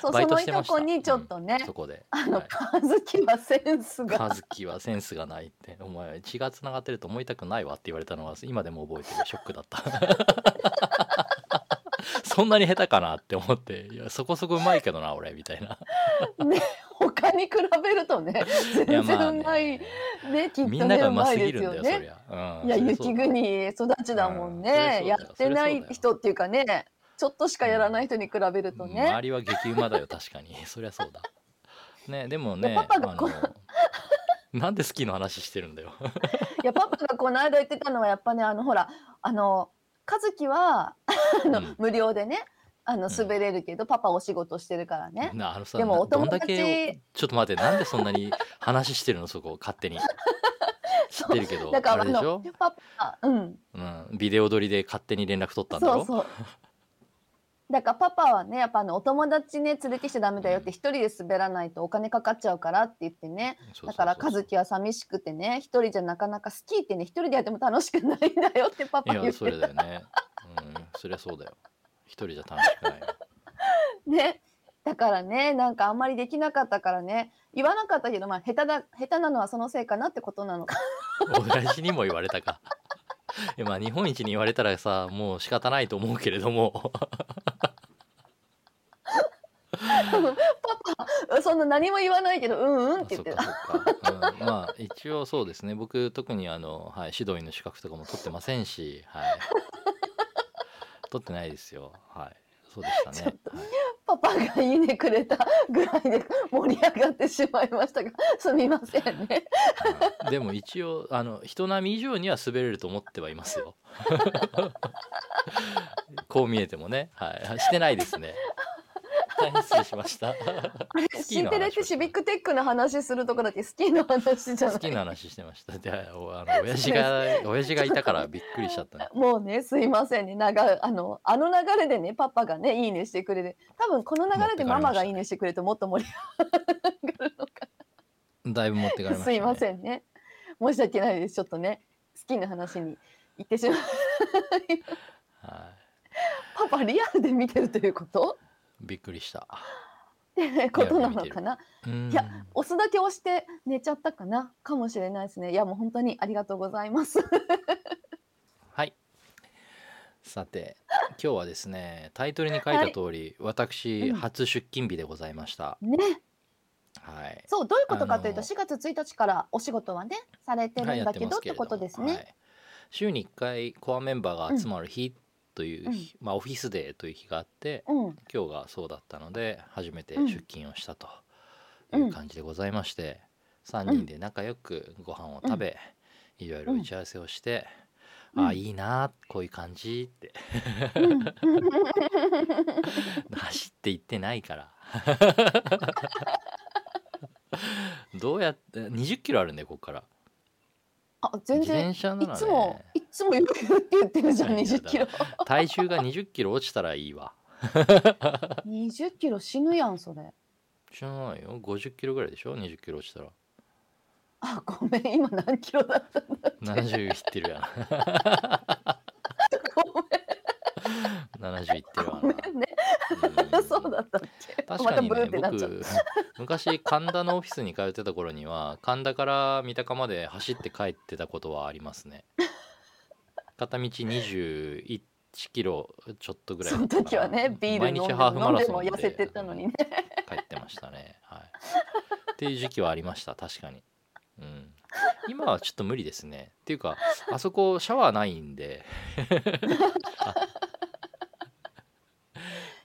Speaker 1: そう
Speaker 2: バ
Speaker 1: そ
Speaker 2: イト
Speaker 1: の
Speaker 2: し
Speaker 1: い
Speaker 2: て
Speaker 1: と
Speaker 2: ました
Speaker 1: こにちょっとね
Speaker 2: そこで
Speaker 1: 「あの
Speaker 2: はい
Speaker 1: 和樹はセンスが
Speaker 2: 和樹はセンスがないってお前血がつながってると思いたくないわって言われたのは今でも覚えてるショックだった そんなに下手かなって思っていやそこそこうまいけどな俺みた いな
Speaker 1: 他に比べるとね全
Speaker 2: いやま
Speaker 1: 然
Speaker 2: あ
Speaker 1: うまい
Speaker 2: ね
Speaker 1: ねきっと
Speaker 2: みんな
Speaker 1: ね
Speaker 2: が
Speaker 1: う
Speaker 2: うま
Speaker 1: ますい
Speaker 2: ぎ
Speaker 1: です
Speaker 2: るん
Speaker 1: よ
Speaker 2: だよ、
Speaker 1: ね。
Speaker 2: そりゃ。うん
Speaker 1: いや
Speaker 2: そりゃそう
Speaker 1: 雪
Speaker 2: だ
Speaker 1: 国育ちだもん
Speaker 2: う
Speaker 1: ね
Speaker 2: ん
Speaker 1: やってな
Speaker 2: そりゃそう
Speaker 1: い
Speaker 2: だよ
Speaker 1: 人っていうかねちょっとしかやらない人に比べると
Speaker 2: うん
Speaker 1: ね
Speaker 2: 周りは激うまだよ、確かに。そりゃそうだ。ね、でも
Speaker 1: で
Speaker 2: ね、
Speaker 1: パパがこう
Speaker 2: の、なんでスキーの話してるんだよ。
Speaker 1: いやパパがこの間言ってたのはやっぱねあのほらあの和樹はあの、
Speaker 2: うん
Speaker 1: 無料でねあの
Speaker 2: ん
Speaker 1: 滑れるけど、パパお仕事してるからね。
Speaker 2: なあのさ、
Speaker 1: でも
Speaker 2: な
Speaker 1: お友達
Speaker 2: どんだけ、ちょっと待って、なんでそんなに話してるの、そこ、勝手に。知ってるけど、
Speaker 1: だから
Speaker 2: あ
Speaker 1: あ
Speaker 2: れでしょ
Speaker 1: の、パパうん
Speaker 2: うん、ビデオ撮りで勝手に連絡取ったんだろ
Speaker 1: そうそう。だからパパはねやっぱあのお友達ね連れてきちゃダメだよって一人で滑らないとお金かかっちゃうからって言ってね
Speaker 2: そうそうそう
Speaker 1: だから和樹は寂しくてね一人じゃなかなかスキーってね一人でやっても楽しくないんだよってパパ
Speaker 2: い
Speaker 1: 言
Speaker 2: や、
Speaker 1: っ
Speaker 2: そ
Speaker 1: て
Speaker 2: れだよね。うん、そりゃそうだよ。一人じゃ楽しくないよ。
Speaker 1: ね。 だからね、なんかあんまりできなかったからね、言わなかったけど、まあ、下手だ、下手なのはそのせいかなってことなのか。
Speaker 2: 親父にも言われたか。えまあ日本一に言われたらさもう仕方ないと思うけれども
Speaker 1: そんな何も言わないけど、うんうんって言
Speaker 2: そ
Speaker 1: っ
Speaker 2: ってか
Speaker 1: た。
Speaker 2: そっか、うん、まあ一応そうですね僕特にあの、はい、指導員の資格とかも取ってませんし、はい、取ってないですよはいそうでした
Speaker 1: ちょ
Speaker 2: ね
Speaker 1: っパパがいいねくれたぐらいで盛り上がってしまいましたが、すみませんね。
Speaker 2: はいうんでも一応あの人並み以上には滑れると思ってはいますよ こう見えてもねはいしてないですね大変失礼しましたスキ
Speaker 1: シ
Speaker 2: ー
Speaker 1: ン
Speaker 2: の話
Speaker 1: テレって
Speaker 2: をして
Speaker 1: シビックテックの話するとこだけスキーの話じゃな
Speaker 2: 好き
Speaker 1: い。
Speaker 2: な話してました。で、あおあの親父が親父がいたからびっくりしちゃったね。
Speaker 1: もうね、すいませんね、長いあの、あの流れでね、パパがね、いいねしてくれて、多分この流れでママがいいねしてくれるともっと盛り上がるのか
Speaker 2: だいぶ持ってかれました、
Speaker 1: す
Speaker 2: ね。
Speaker 1: いま
Speaker 2: ん。
Speaker 1: せんね。申し訳ないです。ちょっとね、好きな話に行ってしまう。
Speaker 2: は
Speaker 1: パパリアルで見てるという こと
Speaker 2: い。びっくりした。
Speaker 1: ってことな
Speaker 2: リアルで見
Speaker 1: の
Speaker 2: て
Speaker 1: かな。
Speaker 2: い
Speaker 1: いや押すだけ押して寝ちゃったかなかもしれないですね。いやもう本当にありがとうございます。
Speaker 2: はい。さて、今日はですね、タイトルに書いた通り、私
Speaker 1: うん
Speaker 2: 初出勤日でございました。
Speaker 1: ね、
Speaker 2: はい。
Speaker 1: そうどういうことかというと
Speaker 2: あの
Speaker 1: 4月1日からお仕事はねされて
Speaker 2: は
Speaker 1: る
Speaker 2: い
Speaker 1: ん
Speaker 2: や
Speaker 1: だ
Speaker 2: って
Speaker 1: け
Speaker 2: ま
Speaker 1: ど
Speaker 2: す
Speaker 1: って
Speaker 2: れど
Speaker 1: こ
Speaker 2: も
Speaker 1: とです
Speaker 2: は
Speaker 1: ね。
Speaker 2: い週に1回コアメンバーが集まる日という日、まあオフィスデーという日があって、
Speaker 1: うん、
Speaker 2: 今日がそうだったので初めて
Speaker 1: うん
Speaker 2: 出勤をしたという感じでございまして、3人で仲良くご飯を食べ、いろいろ打ち合わせをして、
Speaker 1: うん
Speaker 2: ああいいなこういう感じって
Speaker 1: うん、
Speaker 2: 走って行ってないから どうやって20キロあるんだよここから
Speaker 1: あ、全
Speaker 2: 自
Speaker 1: 然。
Speaker 2: 転車ないら
Speaker 1: つも
Speaker 2: ね、
Speaker 1: いつも余裕って言ってるじゃん、
Speaker 2: いやいや
Speaker 1: 20キロ。
Speaker 2: 体重が20キロ落ちたらいいわ
Speaker 1: 20キロ死ぬやん、それ。
Speaker 2: 知らないよ50キロぐらいでしょ20キロ落ちたら
Speaker 1: あ、ごめん、今何キロだったんだ。
Speaker 2: 70いってるやん
Speaker 1: ご
Speaker 2: 70いってるわな、
Speaker 1: めん、ごめんね。
Speaker 2: うん
Speaker 1: そうだったっけ。
Speaker 2: 確かに
Speaker 1: またブー
Speaker 2: ね
Speaker 1: ってなっちゃう。
Speaker 2: 僕昔神田のオフィスに通ってた頃には神田から三鷹まで走って帰ってたことはあります ね片道21キロちょっとぐらい
Speaker 1: その時はね、ビール
Speaker 2: 毎
Speaker 1: 飲ん
Speaker 2: 日
Speaker 1: で
Speaker 2: ハーフマ
Speaker 1: 飲ん
Speaker 2: ラ
Speaker 1: で
Speaker 2: ソ
Speaker 1: も
Speaker 2: ンで
Speaker 1: 痩せてたのにね。
Speaker 2: 帰ってましたねはいっていう時期はありました確かにうん今はちょっと無理ですねっていうかあそこシャワーないんであ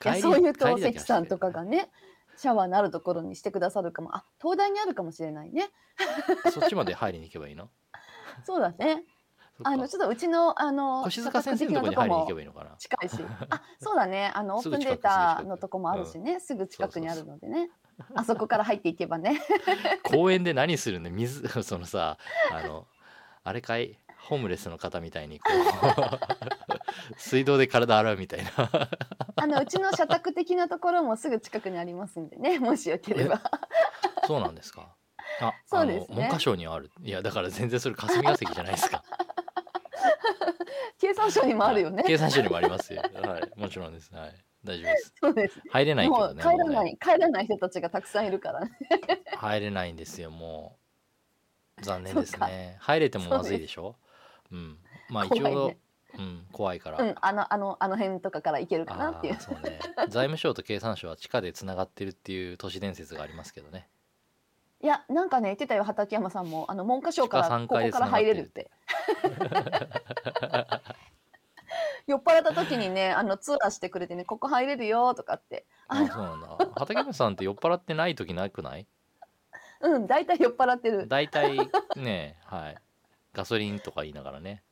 Speaker 1: いや
Speaker 2: 帰り
Speaker 1: そういう
Speaker 2: 帰
Speaker 1: と
Speaker 2: りだけ
Speaker 1: 関さんとか
Speaker 2: 走
Speaker 1: がね、シャワーのあるところにしてくださるかも。あ、東大にあるかもしれない ね。
Speaker 2: ってるそっちまで入りに行けばいいの
Speaker 1: そうだね。
Speaker 2: そっか
Speaker 1: あのちょっとうちのあの
Speaker 2: 腰塚先生のとこに入りに行けばいいのかな
Speaker 1: 近いし、 あ、そうだね。あのオ
Speaker 2: す
Speaker 1: ー
Speaker 2: ぐ
Speaker 1: プン
Speaker 2: 近く
Speaker 1: データのとこもあるしね、すぐ近くにあるのでね。あそこから入っていけばね。
Speaker 2: 公園で何するんで水 そのさあのあれかいホームレスの方みたいにこ う水道で体洗うみたいな
Speaker 1: あのうちの社宅的なところもすぐ近くにありますんでね、もしよければ。
Speaker 2: そうなんですかあ
Speaker 1: そうですね
Speaker 2: あの文科省にはあるいやだから全然それ霞が関じゃない ですか
Speaker 1: 経産省にもあるよね
Speaker 2: はい。経産省にもありますよはいもちろんですはい大丈夫です
Speaker 1: そうです。
Speaker 2: 入れないけ
Speaker 1: も
Speaker 2: ど
Speaker 1: う
Speaker 2: ね
Speaker 1: 帰ら
Speaker 2: もう
Speaker 1: な
Speaker 2: ね
Speaker 1: い帰らない人たちがたくさんいるからね。
Speaker 2: 入れないんですよもう残 念
Speaker 1: そう
Speaker 2: です
Speaker 1: か
Speaker 2: ね入れてもまずいでしょうんまあ一
Speaker 1: 怖い
Speaker 2: 応
Speaker 1: ね
Speaker 2: うん怖いから、
Speaker 1: うん、あのあのあの辺とかから行けるかなってい
Speaker 2: あ
Speaker 1: う
Speaker 2: ー。そ うね財務省と経産省は地下でつながってるっていう都市伝説がありますけどね
Speaker 1: いやなんかね言ってたよ畠山さんもあの文科省から
Speaker 2: 地下三
Speaker 1: こ
Speaker 2: 階
Speaker 1: こ
Speaker 2: で
Speaker 1: から入れるって。 酔っ払った時にねあのツアーしてくれてねここ入れるよとかって
Speaker 2: あーそうなんだ畠山さんって酔っ払ってない時なくない
Speaker 1: うん大体酔っ払ってる
Speaker 2: 大体ねはいガソリンとか言いながらね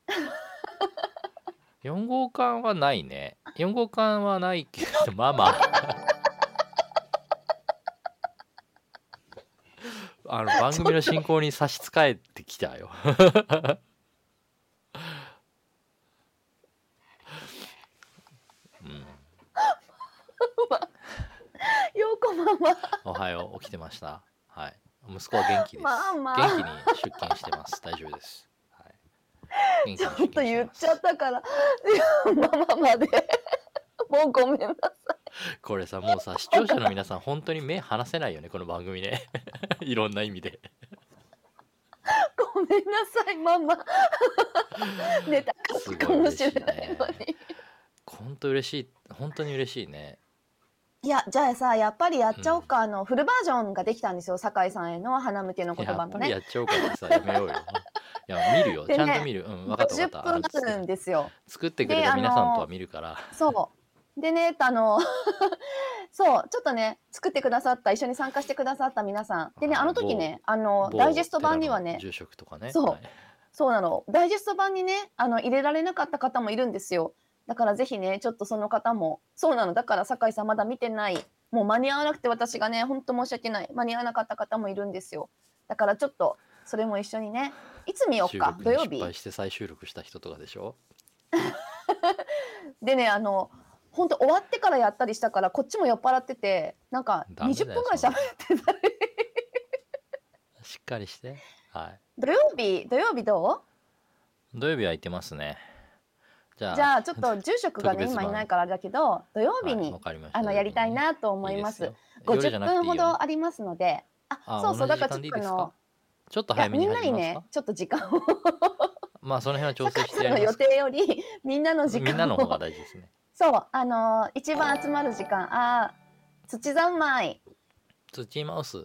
Speaker 2: 4号館はないね4号館はないけど まあまああの番組の進行に差し支えてきたようん、
Speaker 1: ようこまんは
Speaker 2: おはよう起きてましたはい息子は元気です、
Speaker 1: まあまあ
Speaker 2: 元気に出勤してます大丈夫です、はい、
Speaker 1: ちょっと言っちゃ
Speaker 2: た
Speaker 1: ったからいやママまでもうごめんなさ
Speaker 2: これさもうさ視聴者の皆さん本当に目離せないよねこの番組ね いろんな意味で
Speaker 1: いごめんなさいマ マネタ書くかもしれない
Speaker 2: すご
Speaker 1: の
Speaker 2: い嬉しい
Speaker 1: に。
Speaker 2: 本当嬉しい本当に嬉しいね
Speaker 1: いやじゃあさやっぱりやっちゃおうか、あのフルバージョンができたんですよ酒井さんへの花向けの言
Speaker 2: や
Speaker 1: 葉
Speaker 2: っ
Speaker 1: の
Speaker 2: ぱり
Speaker 1: ね
Speaker 2: やっちゃおうからさやめようよいや見るよ、
Speaker 1: で
Speaker 2: ち
Speaker 1: ね
Speaker 2: ゃんと見るうん分かった分
Speaker 1: 10
Speaker 2: かったあの
Speaker 1: 分あるんですよ
Speaker 2: 作ってくれ
Speaker 1: で
Speaker 2: た
Speaker 1: あの
Speaker 2: 皆さんとは見るから
Speaker 1: そうでねあの そうちょっとね作ってくださった一緒に参加してくださった皆さんでね
Speaker 2: はい
Speaker 1: あの時ねあの
Speaker 2: 某
Speaker 1: ダイジェスト版には
Speaker 2: 寺
Speaker 1: ね
Speaker 2: の住職とかね
Speaker 1: そう
Speaker 2: はい
Speaker 1: そうなのダイジェスト版にねあの入れられなかった方もいるんですよだからぜひねちょっとその方もそうなのだから酒井さんまだ見てないもう間に合わなくて私がねほんと申し訳ない間に合わなかった方もいるんですよだからちょっとそれも一緒にねいつ見よう
Speaker 2: 収
Speaker 1: か
Speaker 2: 録
Speaker 1: 土
Speaker 2: に
Speaker 1: 曜
Speaker 2: 失
Speaker 1: 日
Speaker 2: 敗して再収録した人とかでしょ
Speaker 1: でねあの本当終わってからやったりしたからこっちも酔っ払っててなんか
Speaker 2: ダメだよ
Speaker 1: 20分ぐらい喋ってたり
Speaker 2: しっかりしてはい
Speaker 1: 土曜日土曜日ど
Speaker 2: 土曜日空いてますねじゃ
Speaker 1: う
Speaker 2: あ
Speaker 1: じゃあちょっと住職がね
Speaker 2: 特別
Speaker 1: 今
Speaker 2: 版
Speaker 1: いないからあれだけど土曜日
Speaker 2: はい
Speaker 1: に、
Speaker 2: わかりました
Speaker 1: あのやりたいなと
Speaker 2: と
Speaker 1: 思います
Speaker 2: 50
Speaker 1: 50分ほどありますのであそうそうだからちょっとあの
Speaker 2: ちょっと
Speaker 1: いや
Speaker 2: 早め
Speaker 1: み
Speaker 2: に
Speaker 1: んなに
Speaker 2: 始
Speaker 1: ね
Speaker 2: めますか
Speaker 1: ちょっと時間を
Speaker 2: まあその辺は調整
Speaker 1: 高
Speaker 2: して
Speaker 1: さん
Speaker 2: や
Speaker 1: の
Speaker 2: りま
Speaker 1: 予
Speaker 2: すか
Speaker 1: 定よりみんなの時間を
Speaker 2: みんなの方が大事ですね
Speaker 1: そうあの一番集まる時間あー土三昧
Speaker 2: 土マウス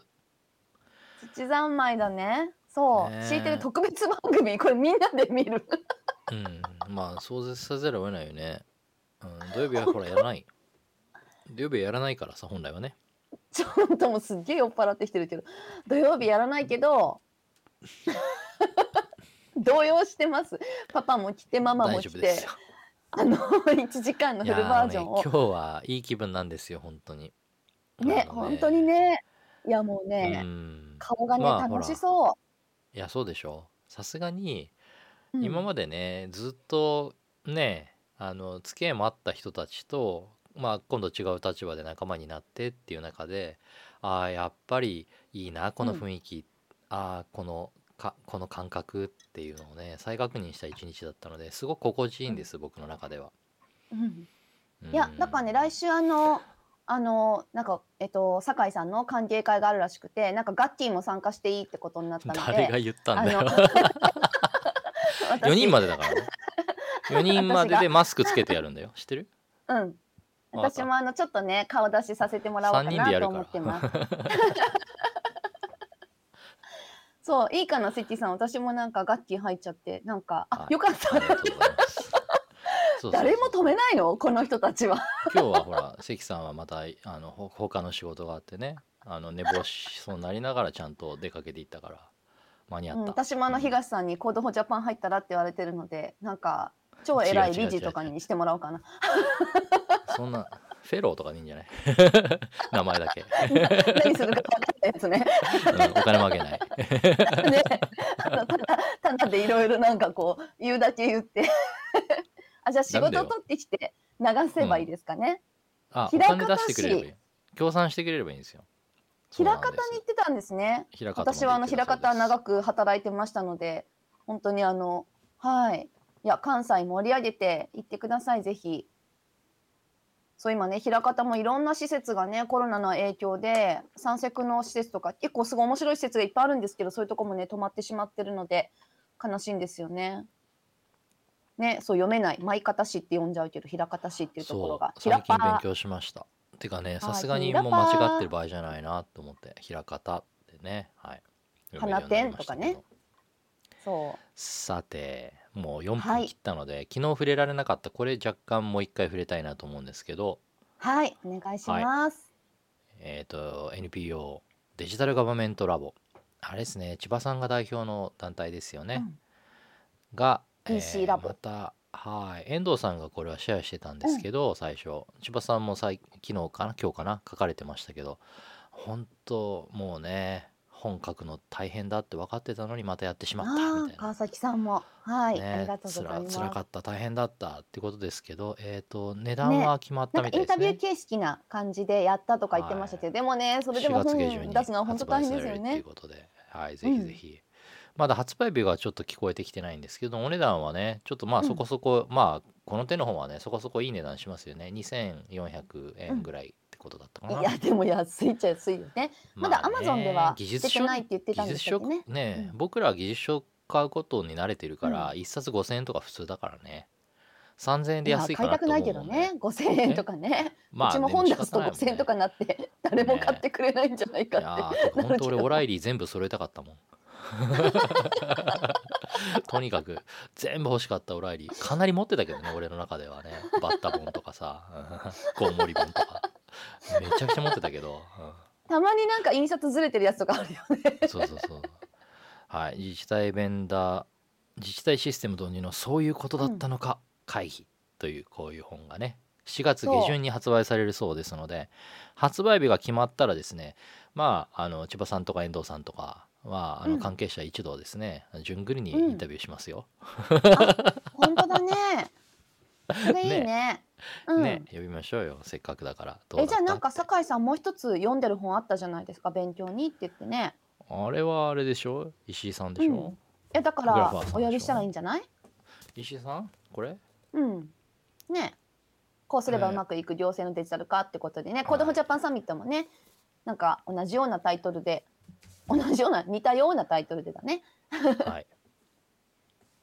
Speaker 1: 土三昧だねそう、
Speaker 2: ねえ
Speaker 1: 敷いてる特別番組これみんなで見る
Speaker 2: うんまあそうさざるを得ないよね、うん、土曜日はほらやらない土曜日はやらないからさ本来はね
Speaker 1: ちょっともうすっげえ酔っ払ってきてるけど土曜日やらないけ ど動揺してますパパも来てママも
Speaker 2: 大丈
Speaker 1: 来
Speaker 2: 夫です
Speaker 1: て
Speaker 2: よ
Speaker 1: あの1時間の
Speaker 2: い
Speaker 1: フル
Speaker 2: や
Speaker 1: バ
Speaker 2: ー
Speaker 1: ージョン
Speaker 2: ね
Speaker 1: を
Speaker 2: 今日はいい気分なんですよ本当に
Speaker 1: ね
Speaker 2: あの
Speaker 1: 本当にねいやもうね、
Speaker 2: うん
Speaker 1: 顔がね、
Speaker 2: まあほら
Speaker 1: 楽しそう
Speaker 2: いやそうでしょさすがに
Speaker 1: うん
Speaker 2: 今までね、ずっとねあの付き合いもあった人たちと、まあ、今度違う立場で仲間になってっていう中でああやっぱりいいなこの
Speaker 1: うん
Speaker 2: 雰囲気、ああこのかこの感覚っていうのをね再確認した一日だったのですごく心地いいんです、僕の中では。
Speaker 1: うん
Speaker 2: うん
Speaker 1: いや、なんかね、来週、あの、あの、なんか、えっと、酒井さんの歓迎会があるらしくて、なんかガッキーも参加していいってことになったので。
Speaker 2: 誰が言ったんだ
Speaker 1: あ
Speaker 2: よ
Speaker 1: の
Speaker 2: 4人ま
Speaker 1: で。
Speaker 2: でだからね4人まででマスクつけてやるんだよ知ってる
Speaker 1: うん。
Speaker 2: わかった
Speaker 1: 私もあのちょっとね顔出しさせてもらおうか
Speaker 2: 三人でや
Speaker 1: なと
Speaker 2: るか
Speaker 1: 思
Speaker 2: ら
Speaker 1: ってます。 そういいかな関さん私もなんかガッキー入っちゃってなんかあ
Speaker 2: はい
Speaker 1: よ かっ
Speaker 2: あ
Speaker 1: た
Speaker 2: りがとうございますそうそうそう
Speaker 1: 誰も止めないのこの人たちは。
Speaker 2: 今日はほら関さんはまたあのほ他の仕事があってねあの寝坊しそうになりながらちゃんと出かけていったから間に合
Speaker 1: うん、
Speaker 2: った、
Speaker 1: 私もあの東さんにコードフォージャパン入ったらって言われてるのでなんか超偉い理事とかにしてもらおうかな。
Speaker 2: そんなフェローとかでいいんじゃ ない名前だ け、
Speaker 1: 何するか分かんないですね。
Speaker 2: うんお金もあげない
Speaker 1: ね、あのただただでいろいろなんかこう言うだけ言ってあじゃあ仕
Speaker 2: なんだ
Speaker 1: 事
Speaker 2: よ
Speaker 1: 取ってきて流せばいいですかね。
Speaker 2: あお
Speaker 1: 枚
Speaker 2: 金出してくれればいい協賛してくれればいいんですよ
Speaker 1: 枚
Speaker 2: そうなん
Speaker 1: 方に
Speaker 2: です
Speaker 1: 行ってたんですね。
Speaker 2: 平方まで
Speaker 1: 私はあの
Speaker 2: 行って
Speaker 1: 平
Speaker 2: たそうです
Speaker 1: 方長く働いてましたので本当にあのはいいや関西盛り上げて行ってくださいぜひそう今ね平方もいろんな施設がねコロナの影響で散策の施設とか結構すごい面白い施設がいっぱいあるんですけどそういうとこもね止まってしまってるので悲しいんですよね。ね、そう読めない「舞方市」って呼んじゃうけど平方市っていうところが
Speaker 2: そう
Speaker 1: 平
Speaker 2: 最近勉
Speaker 1: 方
Speaker 2: 強しましたてかね
Speaker 1: い
Speaker 2: さすがに
Speaker 1: ひら
Speaker 2: も
Speaker 1: ぱ
Speaker 2: う間違ってる場合じゃないなと思って「ひらかた」ってねはい読めるようになりましたけど
Speaker 1: 花店とそう
Speaker 2: さてもう4
Speaker 1: はい
Speaker 2: 分切ったので、昨日触れられなかったこれ若干もう一回触れたいなと思うんですけど
Speaker 1: はいお願いします。
Speaker 2: えっ、と NPO デジタルガバメントラボあれですね千葉さんが代表の団体ですよね、
Speaker 1: うん
Speaker 2: が、
Speaker 1: DC ラボ
Speaker 2: またはい遠藤さんがこれはシェアしてたんですけど、最初千葉さんもさい昨日かな今日かな書かれてましたけど本当もうね本書くの大変だって分かってたのにまたやってしまった
Speaker 1: あ
Speaker 2: みた
Speaker 1: あ
Speaker 2: いな
Speaker 1: 川。崎さんもはい、
Speaker 2: ね
Speaker 1: ありがとうございます。
Speaker 2: つら辛かった大変だったってことですけど、えー、と値段は決まった
Speaker 1: なん
Speaker 2: み
Speaker 1: か
Speaker 2: た
Speaker 1: イ
Speaker 2: い
Speaker 1: ン
Speaker 2: です
Speaker 1: タビ
Speaker 2: ね。
Speaker 1: ュー形式な感じでやったとか言ってましたけど、でもねそれでも
Speaker 2: 4
Speaker 1: 本
Speaker 2: 月
Speaker 1: 出
Speaker 2: 下
Speaker 1: す
Speaker 2: 旬に
Speaker 1: のは本当
Speaker 2: 発
Speaker 1: 大
Speaker 2: 売
Speaker 1: 変
Speaker 2: さ
Speaker 1: です
Speaker 2: れ
Speaker 1: よ
Speaker 2: るとい
Speaker 1: ね
Speaker 2: う。ことで、はい、ぜひぜひ、まだ発売日がちょっと聞こえてきてないんですけどお値段はねちょっとまあ
Speaker 1: うん
Speaker 2: そこそこ、まあこの手の方はねそこそこいい値段しますよね2400円ぐらいってことだったか
Speaker 1: い
Speaker 2: な、
Speaker 1: やでも安いっちゃ安いよね。まだアマゾンでは出
Speaker 2: 技術
Speaker 1: て
Speaker 2: 書
Speaker 1: ないって言ってた
Speaker 2: 技
Speaker 1: んで
Speaker 2: 術
Speaker 1: すけど
Speaker 2: 書
Speaker 1: ね
Speaker 2: ね。
Speaker 1: うん
Speaker 2: 僕らは技術書買うことに慣れてるから、一冊5000円とか普通だからね3000円で安いか
Speaker 1: 買い
Speaker 2: な
Speaker 1: たく
Speaker 2: と
Speaker 1: な
Speaker 2: 思う
Speaker 1: い
Speaker 2: もん
Speaker 1: けどね、五千円とかね。うちも
Speaker 2: で
Speaker 1: 本出す
Speaker 2: 仕方
Speaker 1: と
Speaker 2: ない
Speaker 1: 五
Speaker 2: もん
Speaker 1: 千円とかになって誰も買ってくれないんじゃない
Speaker 2: い
Speaker 1: か
Speaker 2: や
Speaker 1: っ
Speaker 2: ーてか
Speaker 1: なる
Speaker 2: 本
Speaker 1: け
Speaker 2: 当
Speaker 1: ど
Speaker 2: 俺オライリー全部揃えたかったもんとにかく全部欲しかったオライリーかなり持ってたけどね俺の中ではねバッタ本とかさうんコウモリ本とかめちゃくちゃ持ってたけど、
Speaker 1: て。たまになんか印刷ずれてるやつとかあるよね。
Speaker 2: うんそうそうそうはい自治体ベンダー自治体システム導入のそういうことだったのか、回避というこういう本がね4月下旬に発売されるそうですので発売日が決まったらですねまああの千葉さんとか遠藤さんとかはあ
Speaker 1: う
Speaker 2: の
Speaker 1: ん
Speaker 2: 関係者一同ですね、順繰りにイ
Speaker 1: うん
Speaker 2: ンタビューしますよ、
Speaker 1: 本当だね。それいいね。うん。
Speaker 2: ね呼びましょうよせっかくだからどうだ
Speaker 1: え
Speaker 2: っ
Speaker 1: じ
Speaker 2: た
Speaker 1: ゃあなんか
Speaker 2: って
Speaker 1: 酒井さんもう一つ読んでる本あったじゃないですか勉強にって言ってね
Speaker 2: あれはあれでしょ石井さんでしょ、
Speaker 1: いやだか
Speaker 2: グラ
Speaker 1: ら
Speaker 2: ファーさんでしょ
Speaker 1: お呼びしたらいいんじゃない
Speaker 2: 石井さんこれ
Speaker 1: うんねこうすればうまくいく行政のデジタル化ってことでね、コードフォージャパンサミットもねなんか同じようなタイトルで同じような似たようなタイトルでだね
Speaker 2: はい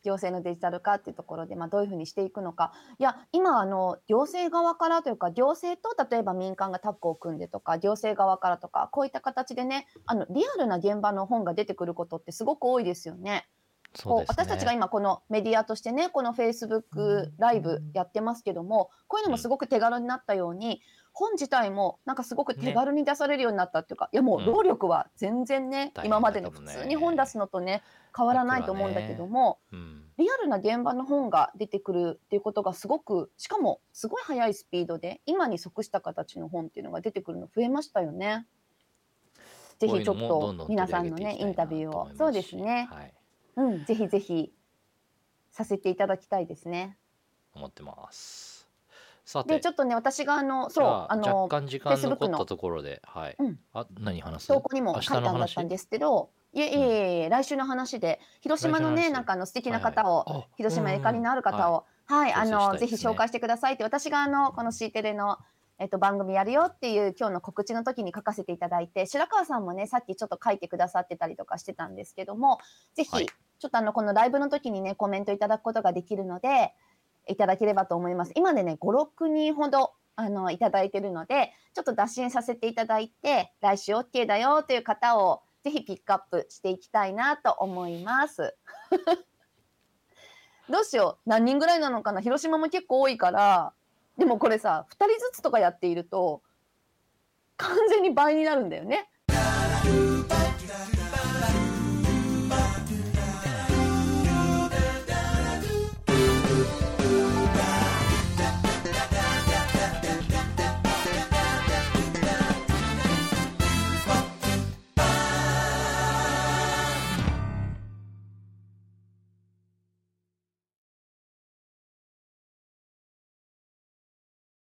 Speaker 1: 行政のデジタル化っていうところで、まあ、どういうふうにしていくのかいや今あの行政側からというか行政と例えば民間がタッグを組んでとか行政側からとかこういった形でねあのリアルな現場の本が出てくることってすごく多いですよね。
Speaker 2: そうですね
Speaker 1: こう私たちが今このメディアとしてねこの Facebook ライブやってますけどもこういうのもすごく手軽になったように、本自体もなんかすごく手軽に出されるようになったっていうか、いやもう労力は全然ね、
Speaker 2: 大変
Speaker 1: 今までの
Speaker 2: だった
Speaker 1: 普
Speaker 2: もんね
Speaker 1: 通に本出すのとね変わらないと思うんだけども。
Speaker 2: うん
Speaker 1: リアルな現場の本が出てくるっていうことがすごくしかもすごい速いスピードで今に即した形の本っていうのが出てくるの増えましたよね。ぜひちょっ
Speaker 2: こういうのもど
Speaker 1: と
Speaker 2: んどん
Speaker 1: 皆さんの
Speaker 2: 取り
Speaker 1: ね
Speaker 2: 上げ
Speaker 1: イ
Speaker 2: てい
Speaker 1: ン
Speaker 2: きた
Speaker 1: タ
Speaker 2: い
Speaker 1: ビュ
Speaker 2: な
Speaker 1: ーを
Speaker 2: と思いますし
Speaker 1: そうですね、
Speaker 2: はい
Speaker 1: うん、ぜひぜひさせていただきたいですね。
Speaker 2: 思ってますさ
Speaker 1: で、
Speaker 2: て
Speaker 1: ちょっとね、私があの、
Speaker 2: じ
Speaker 1: そう、
Speaker 2: ゃ
Speaker 1: あ
Speaker 2: あ
Speaker 1: の、
Speaker 2: 若干時間
Speaker 1: Facebook
Speaker 2: 残っ
Speaker 1: の
Speaker 2: たところではい、
Speaker 1: うん
Speaker 2: あ何話す
Speaker 1: 投稿にも
Speaker 2: 明日
Speaker 1: 書いた
Speaker 2: の
Speaker 1: んだっ
Speaker 2: 話
Speaker 1: たんですけど、いえいえいえ、来週の話で、広島の
Speaker 2: 来週の
Speaker 1: ね、
Speaker 2: 話
Speaker 1: なんかあの素敵な
Speaker 2: はいはい
Speaker 1: 方を、
Speaker 2: あ
Speaker 1: 広島ゆかりのある
Speaker 2: うんうん
Speaker 1: 方を、はい、
Speaker 2: はい
Speaker 1: あ
Speaker 2: そうそうしたい
Speaker 1: の、
Speaker 2: です
Speaker 1: ぜ
Speaker 2: ね
Speaker 1: ひ紹介してくださいって、私があの、この C テレの、えっと、番組やるよっていう今日の告知の時に書かせていただいて白川さんもねさっきちょっと書いてくださってたりとかしてたんですけどもぜひ、
Speaker 2: はい
Speaker 1: ちょっとあのこのライブの時にねコメントいただくことができるのでいただければと思います今でね56人ほどあのいただいてるのでちょっと打診させていただいて来週 OK だよという方をぜひピックアップしていきたいなと思います。どうしよう何人ぐらいなのかな広島も結構多いからでもこれさ2人ずつとかやっていると完全に倍になるんだよね